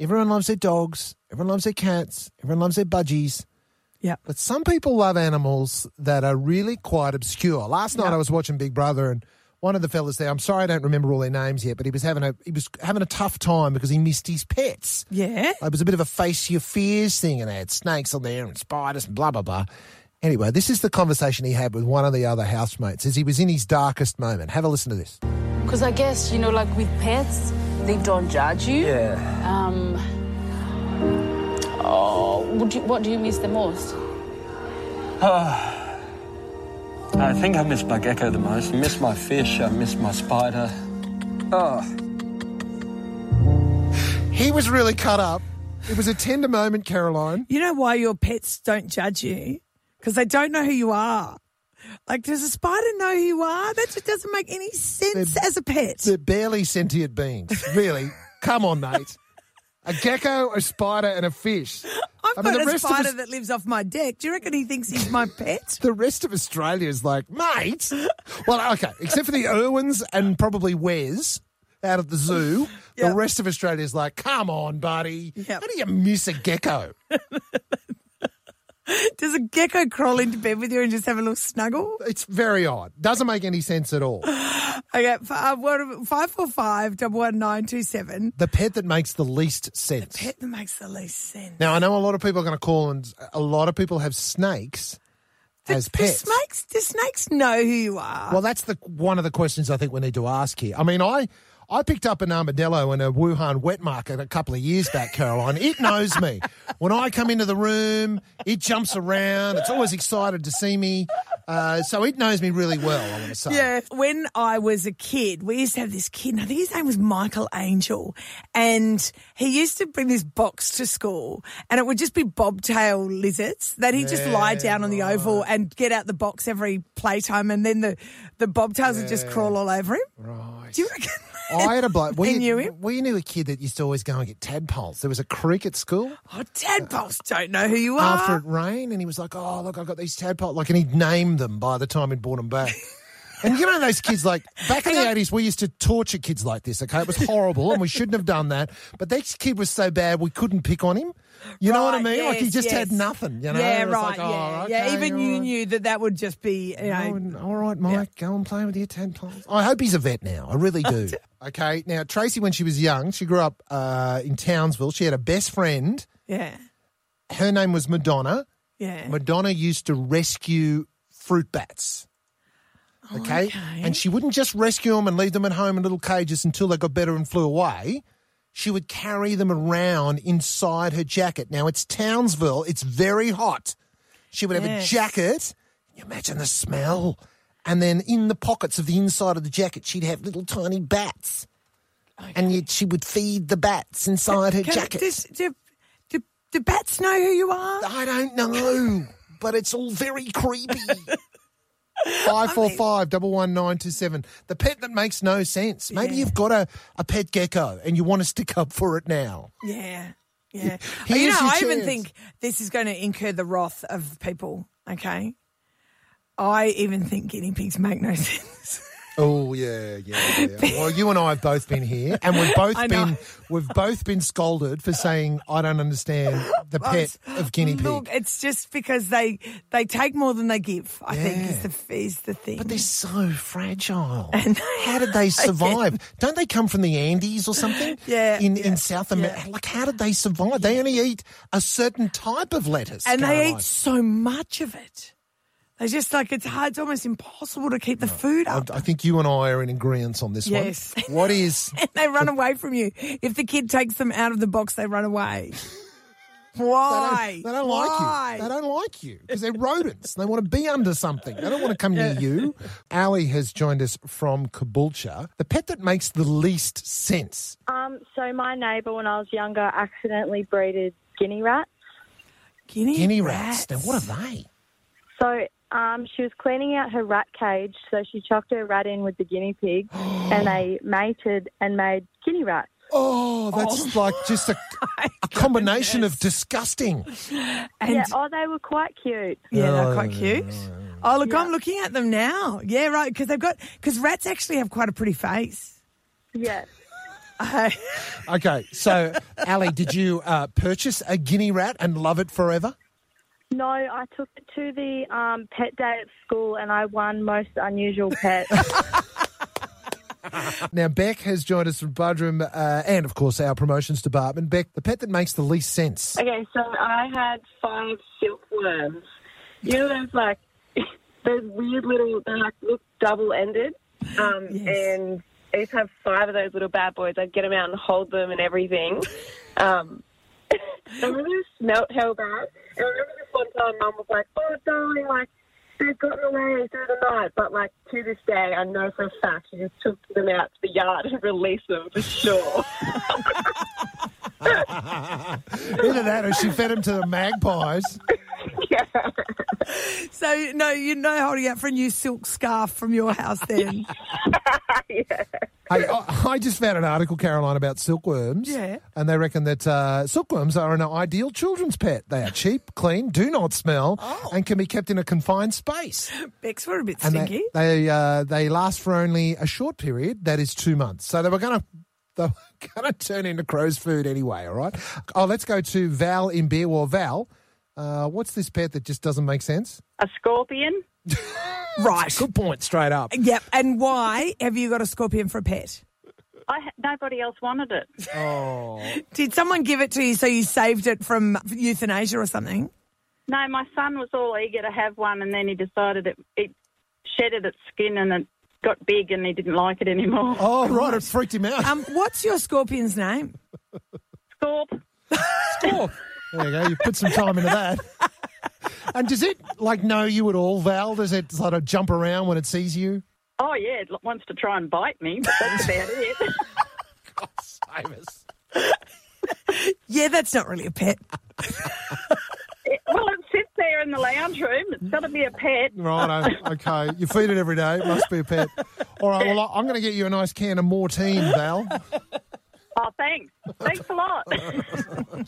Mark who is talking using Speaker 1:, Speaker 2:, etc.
Speaker 1: Everyone loves their dogs. Everyone loves their cats. Everyone loves their budgies.
Speaker 2: Yeah.
Speaker 1: But some people love animals that are really quite obscure. Last night
Speaker 2: Yeah.
Speaker 1: I was watching Big Brother and one of the fellas there, I'm sorry I don't remember all their names yet, but he was having a he was having a tough time because he missed his pets.
Speaker 2: Yeah.
Speaker 1: It was a bit of a face your fears thing and they had snakes on there and spiders and blah blah blah. Anyway, this is the conversation he had with one of the other housemates as he was in his darkest moment. Have a listen to this.
Speaker 3: Because I guess, you know, like with pets, they don't judge you.
Speaker 4: Yeah.
Speaker 3: Um, oh, would you, what do you miss the most?
Speaker 4: I think I miss my gecko the most. I miss my fish. I miss my spider. Oh,
Speaker 1: He was really cut up. It was a tender moment, Caroline.
Speaker 2: You know why your pets don't judge you? Because they don't know who you are. Like, does a spider know who you are? That just doesn't make any sense
Speaker 1: They're-
Speaker 2: as a pet.
Speaker 1: They're barely sentient beings. Really. Come on, Nate. A gecko, a spider, and a fish.
Speaker 2: I've
Speaker 1: I mean,
Speaker 2: got
Speaker 1: the
Speaker 2: a
Speaker 1: rest of
Speaker 2: spider
Speaker 1: us-
Speaker 2: that lives off my deck. Do you reckon he thinks he's my pet?
Speaker 1: The rest of Australia is like, mate. Well, okay, except for the Irwins and probably Wes out of the zoo. The
Speaker 2: Yep.
Speaker 1: rest of Australia is like, come on, buddy.
Speaker 2: Yep.
Speaker 1: How do you miss a gecko?
Speaker 2: Does a gecko crawl into bed with you and just have a little snuggle?
Speaker 1: It's very odd. Doesn't make any sense at all.
Speaker 2: Okay, f- uh, what- 545 11927.
Speaker 1: The pet that makes the least sense.
Speaker 2: Pet that makes the least sense.
Speaker 1: Now, I know a lot of people are going to call, and a lot of people have snakes as
Speaker 2: Do
Speaker 1: pets.
Speaker 2: snakes, do snakes know who you are?
Speaker 1: Well, that's the one of the questions I think we need to ask here. I mean, I I picked up an armadillo in a Wuhan wet market a couple of years back, Caroline. It knows me. When I come into the room, it jumps around. It's always excited to see me. Uh, so it knows me really well. I want to say.
Speaker 2: Yeah. When I was a kid, we used to have this kid, and I think his name was Michael Angel. And he used to bring this box to school, and it would just be bobtail lizards. Then he'd just lie down on the oval and get out the box every playtime, and then the, the bobtails would just crawl all over him. Right. Do you reckon?
Speaker 1: I had a bloke.
Speaker 2: They
Speaker 1: We
Speaker 2: knew him.
Speaker 1: We knew a kid that used to always go and get tadpoles. There was a creek at school.
Speaker 2: Oh,
Speaker 1: Uh,
Speaker 2: tadpoles don't know who you are.
Speaker 1: after it rained, and he was like, "Oh, look, I've got these tadpoles." Like, and he'd name them by the time he'd brought them back. And you know those kids, like back in the eighties, we used to torture kids like this. Okay, it was horrible, and we shouldn't have done that. But this kid was so bad, we couldn't pick on him. You know what I
Speaker 2: Right,
Speaker 1: mean? like he
Speaker 2: yes,
Speaker 1: just had
Speaker 2: yes.
Speaker 1: nothing. You know?
Speaker 2: Yeah,
Speaker 1: It was like,
Speaker 2: right.
Speaker 1: "Oh,
Speaker 2: yeah,
Speaker 1: okay,
Speaker 2: yeah. Even
Speaker 1: all
Speaker 2: you
Speaker 1: right."
Speaker 2: knew that that would just be, you know,
Speaker 1: Oh, all right, Mike, go and play with your tadpoles. I hope he's a vet now. I really do. okay, now Tracy, when she was young, she grew up uh, in Townsville. She had a best friend.
Speaker 2: yeah,
Speaker 1: Her name was Madonna.
Speaker 2: yeah.
Speaker 1: Madonna used to rescue fruit bats. Okay?
Speaker 2: Oh, okay.
Speaker 1: And she wouldn't just rescue them and leave them at home in little cages until they got better and flew away. She would carry them around inside her jacket. Now, it's Townsville, it's very hot. She would have
Speaker 2: Yes.
Speaker 1: a jacket. Can You imagine the smell. And then in the pockets of the inside of the jacket, she'd have little tiny bats. And yet she would feed the bats inside her
Speaker 2: Can-
Speaker 1: jacket.
Speaker 2: does- do, do, do bats know who you are?
Speaker 1: I don't know, but it's all very creepy. Five four five double one nine two seven. The pet that makes no sense. Maybe you've got a, a pet gecko and you want to stick up for it now.
Speaker 2: Yeah. Yeah.
Speaker 1: Here's
Speaker 2: you know,
Speaker 1: your
Speaker 2: I even
Speaker 1: chance.
Speaker 2: think this is going to incur the wrath of people, okay? I even think guinea pigs make no sense.
Speaker 1: Oh yeah, yeah, yeah. well, you and I have both been here, and we've both
Speaker 2: I know.
Speaker 1: been we've both been scolded for saying I don't understand the pet of guinea pig.
Speaker 2: Look, it's just because they they take more than they give, I think, is the, is the thing.
Speaker 1: But they're so fragile. How did they survive? Don't they come from the Andes or something?
Speaker 2: Yeah,
Speaker 1: In
Speaker 2: yeah,
Speaker 1: in South America. Like how did they survive? They only eat a certain type of lettuce.
Speaker 2: and they
Speaker 1: Caroline.
Speaker 2: eat so much of it. They just like, it's hard, it's almost impossible to keep the food
Speaker 1: I,
Speaker 2: up.
Speaker 1: I think you and I are in agreement on this
Speaker 2: Yes.
Speaker 1: one. What is
Speaker 2: and they run away from you. If the kid takes them out of the box, they run away. Why?
Speaker 1: They don't, they don't
Speaker 2: Why?
Speaker 1: like you. They don't like you because they're rodents. they want to be under something. They don't want to come near you. Ali has joined us from Caboolture. The pet that makes the least sense.
Speaker 2: Oh,
Speaker 5: Um, so my neighbour, when I was younger, accidentally breeded guinea rats.
Speaker 2: Guinea,
Speaker 1: Guinea rats. Now, what are they?
Speaker 5: So um, she was cleaning out her rat cage, so she chucked her rat in with the guinea pig, and they mated and made guinea rats.
Speaker 1: Oh, that's like just a, a combination of disgusting.
Speaker 2: And
Speaker 5: yeah, oh, they were quite cute.
Speaker 2: Yeah, they're quite cute. Oh, look, I'm looking at them now. Yeah, right, because they've got because rats actually have quite a pretty face.
Speaker 5: Yeah.
Speaker 2: I,
Speaker 1: Okay, so Ali, did you uh, purchase a guinea rat and love it forever?
Speaker 5: No, I took it to the um, pet day at school and I won most unusual pet.
Speaker 1: Now, Beck has joined us from Budrum uh, and, of course, our promotions department. Beck, the pet that makes the least sense.
Speaker 6: Okay, so I had five silkworms. You know those like those weird little they like look double ended. Um,
Speaker 2: Yes.
Speaker 6: and I used to have five of those little bad boys. I'd get them out and hold them and everything. Um, they really smelt hell bad. And I remember this one time, Mum was like, "Oh, darling, like." They've gotten away through the night, but like to this day, I know for a fact she just took them out to the yard and released them for sure.
Speaker 1: Either that or she fed him to the magpies.
Speaker 6: yeah.
Speaker 2: so no, you're no holding out for a new silk scarf from your house then.
Speaker 1: Hey, I, I just found an article, Caroline, about silkworms.
Speaker 2: Yeah.
Speaker 1: And they reckon that uh, silkworms are an ideal children's pet. They are cheap, clean, do not smell, and can be kept in a confined space.
Speaker 2: Becks were a bit
Speaker 1: And
Speaker 2: stinky.
Speaker 1: they they, uh, they last for only a short period, that is two months. So they were going to they were going to turn into crow's food anyway. All right. Oh, let's go to Val in Beerwar. Val, uh, what's this pet that just doesn't make sense?
Speaker 7: A scorpion?
Speaker 2: right.
Speaker 1: Good point, straight up.
Speaker 2: Yep. And why have you got a scorpion for a pet?
Speaker 7: I ha- nobody else wanted it.
Speaker 2: Did someone give it to you so you saved it from euthanasia or something?
Speaker 7: No, my son was all eager to have one, and then he decided it, it shedded its skin and it got big, and he didn't like it anymore.
Speaker 1: Oh, right. It freaked him out.
Speaker 2: Um, what's your scorpion's name?
Speaker 7: Scorp.
Speaker 1: Oh, there you go. You put some time into that. And does it like know you at all, Val? Does it sort of jump around when it sees you?
Speaker 7: Oh yeah, it wants to try and bite me, but that's about it.
Speaker 2: Yeah, that's not really a pet.
Speaker 7: it. Well, it sits there in the lounge room. It's got to be a pet.
Speaker 1: Right. Okay. You feed it every day. It must be a pet. All right. Well, I- I'm going to get you a nice can of Mortine, Val.
Speaker 7: Oh, thanks. Thanks a lot.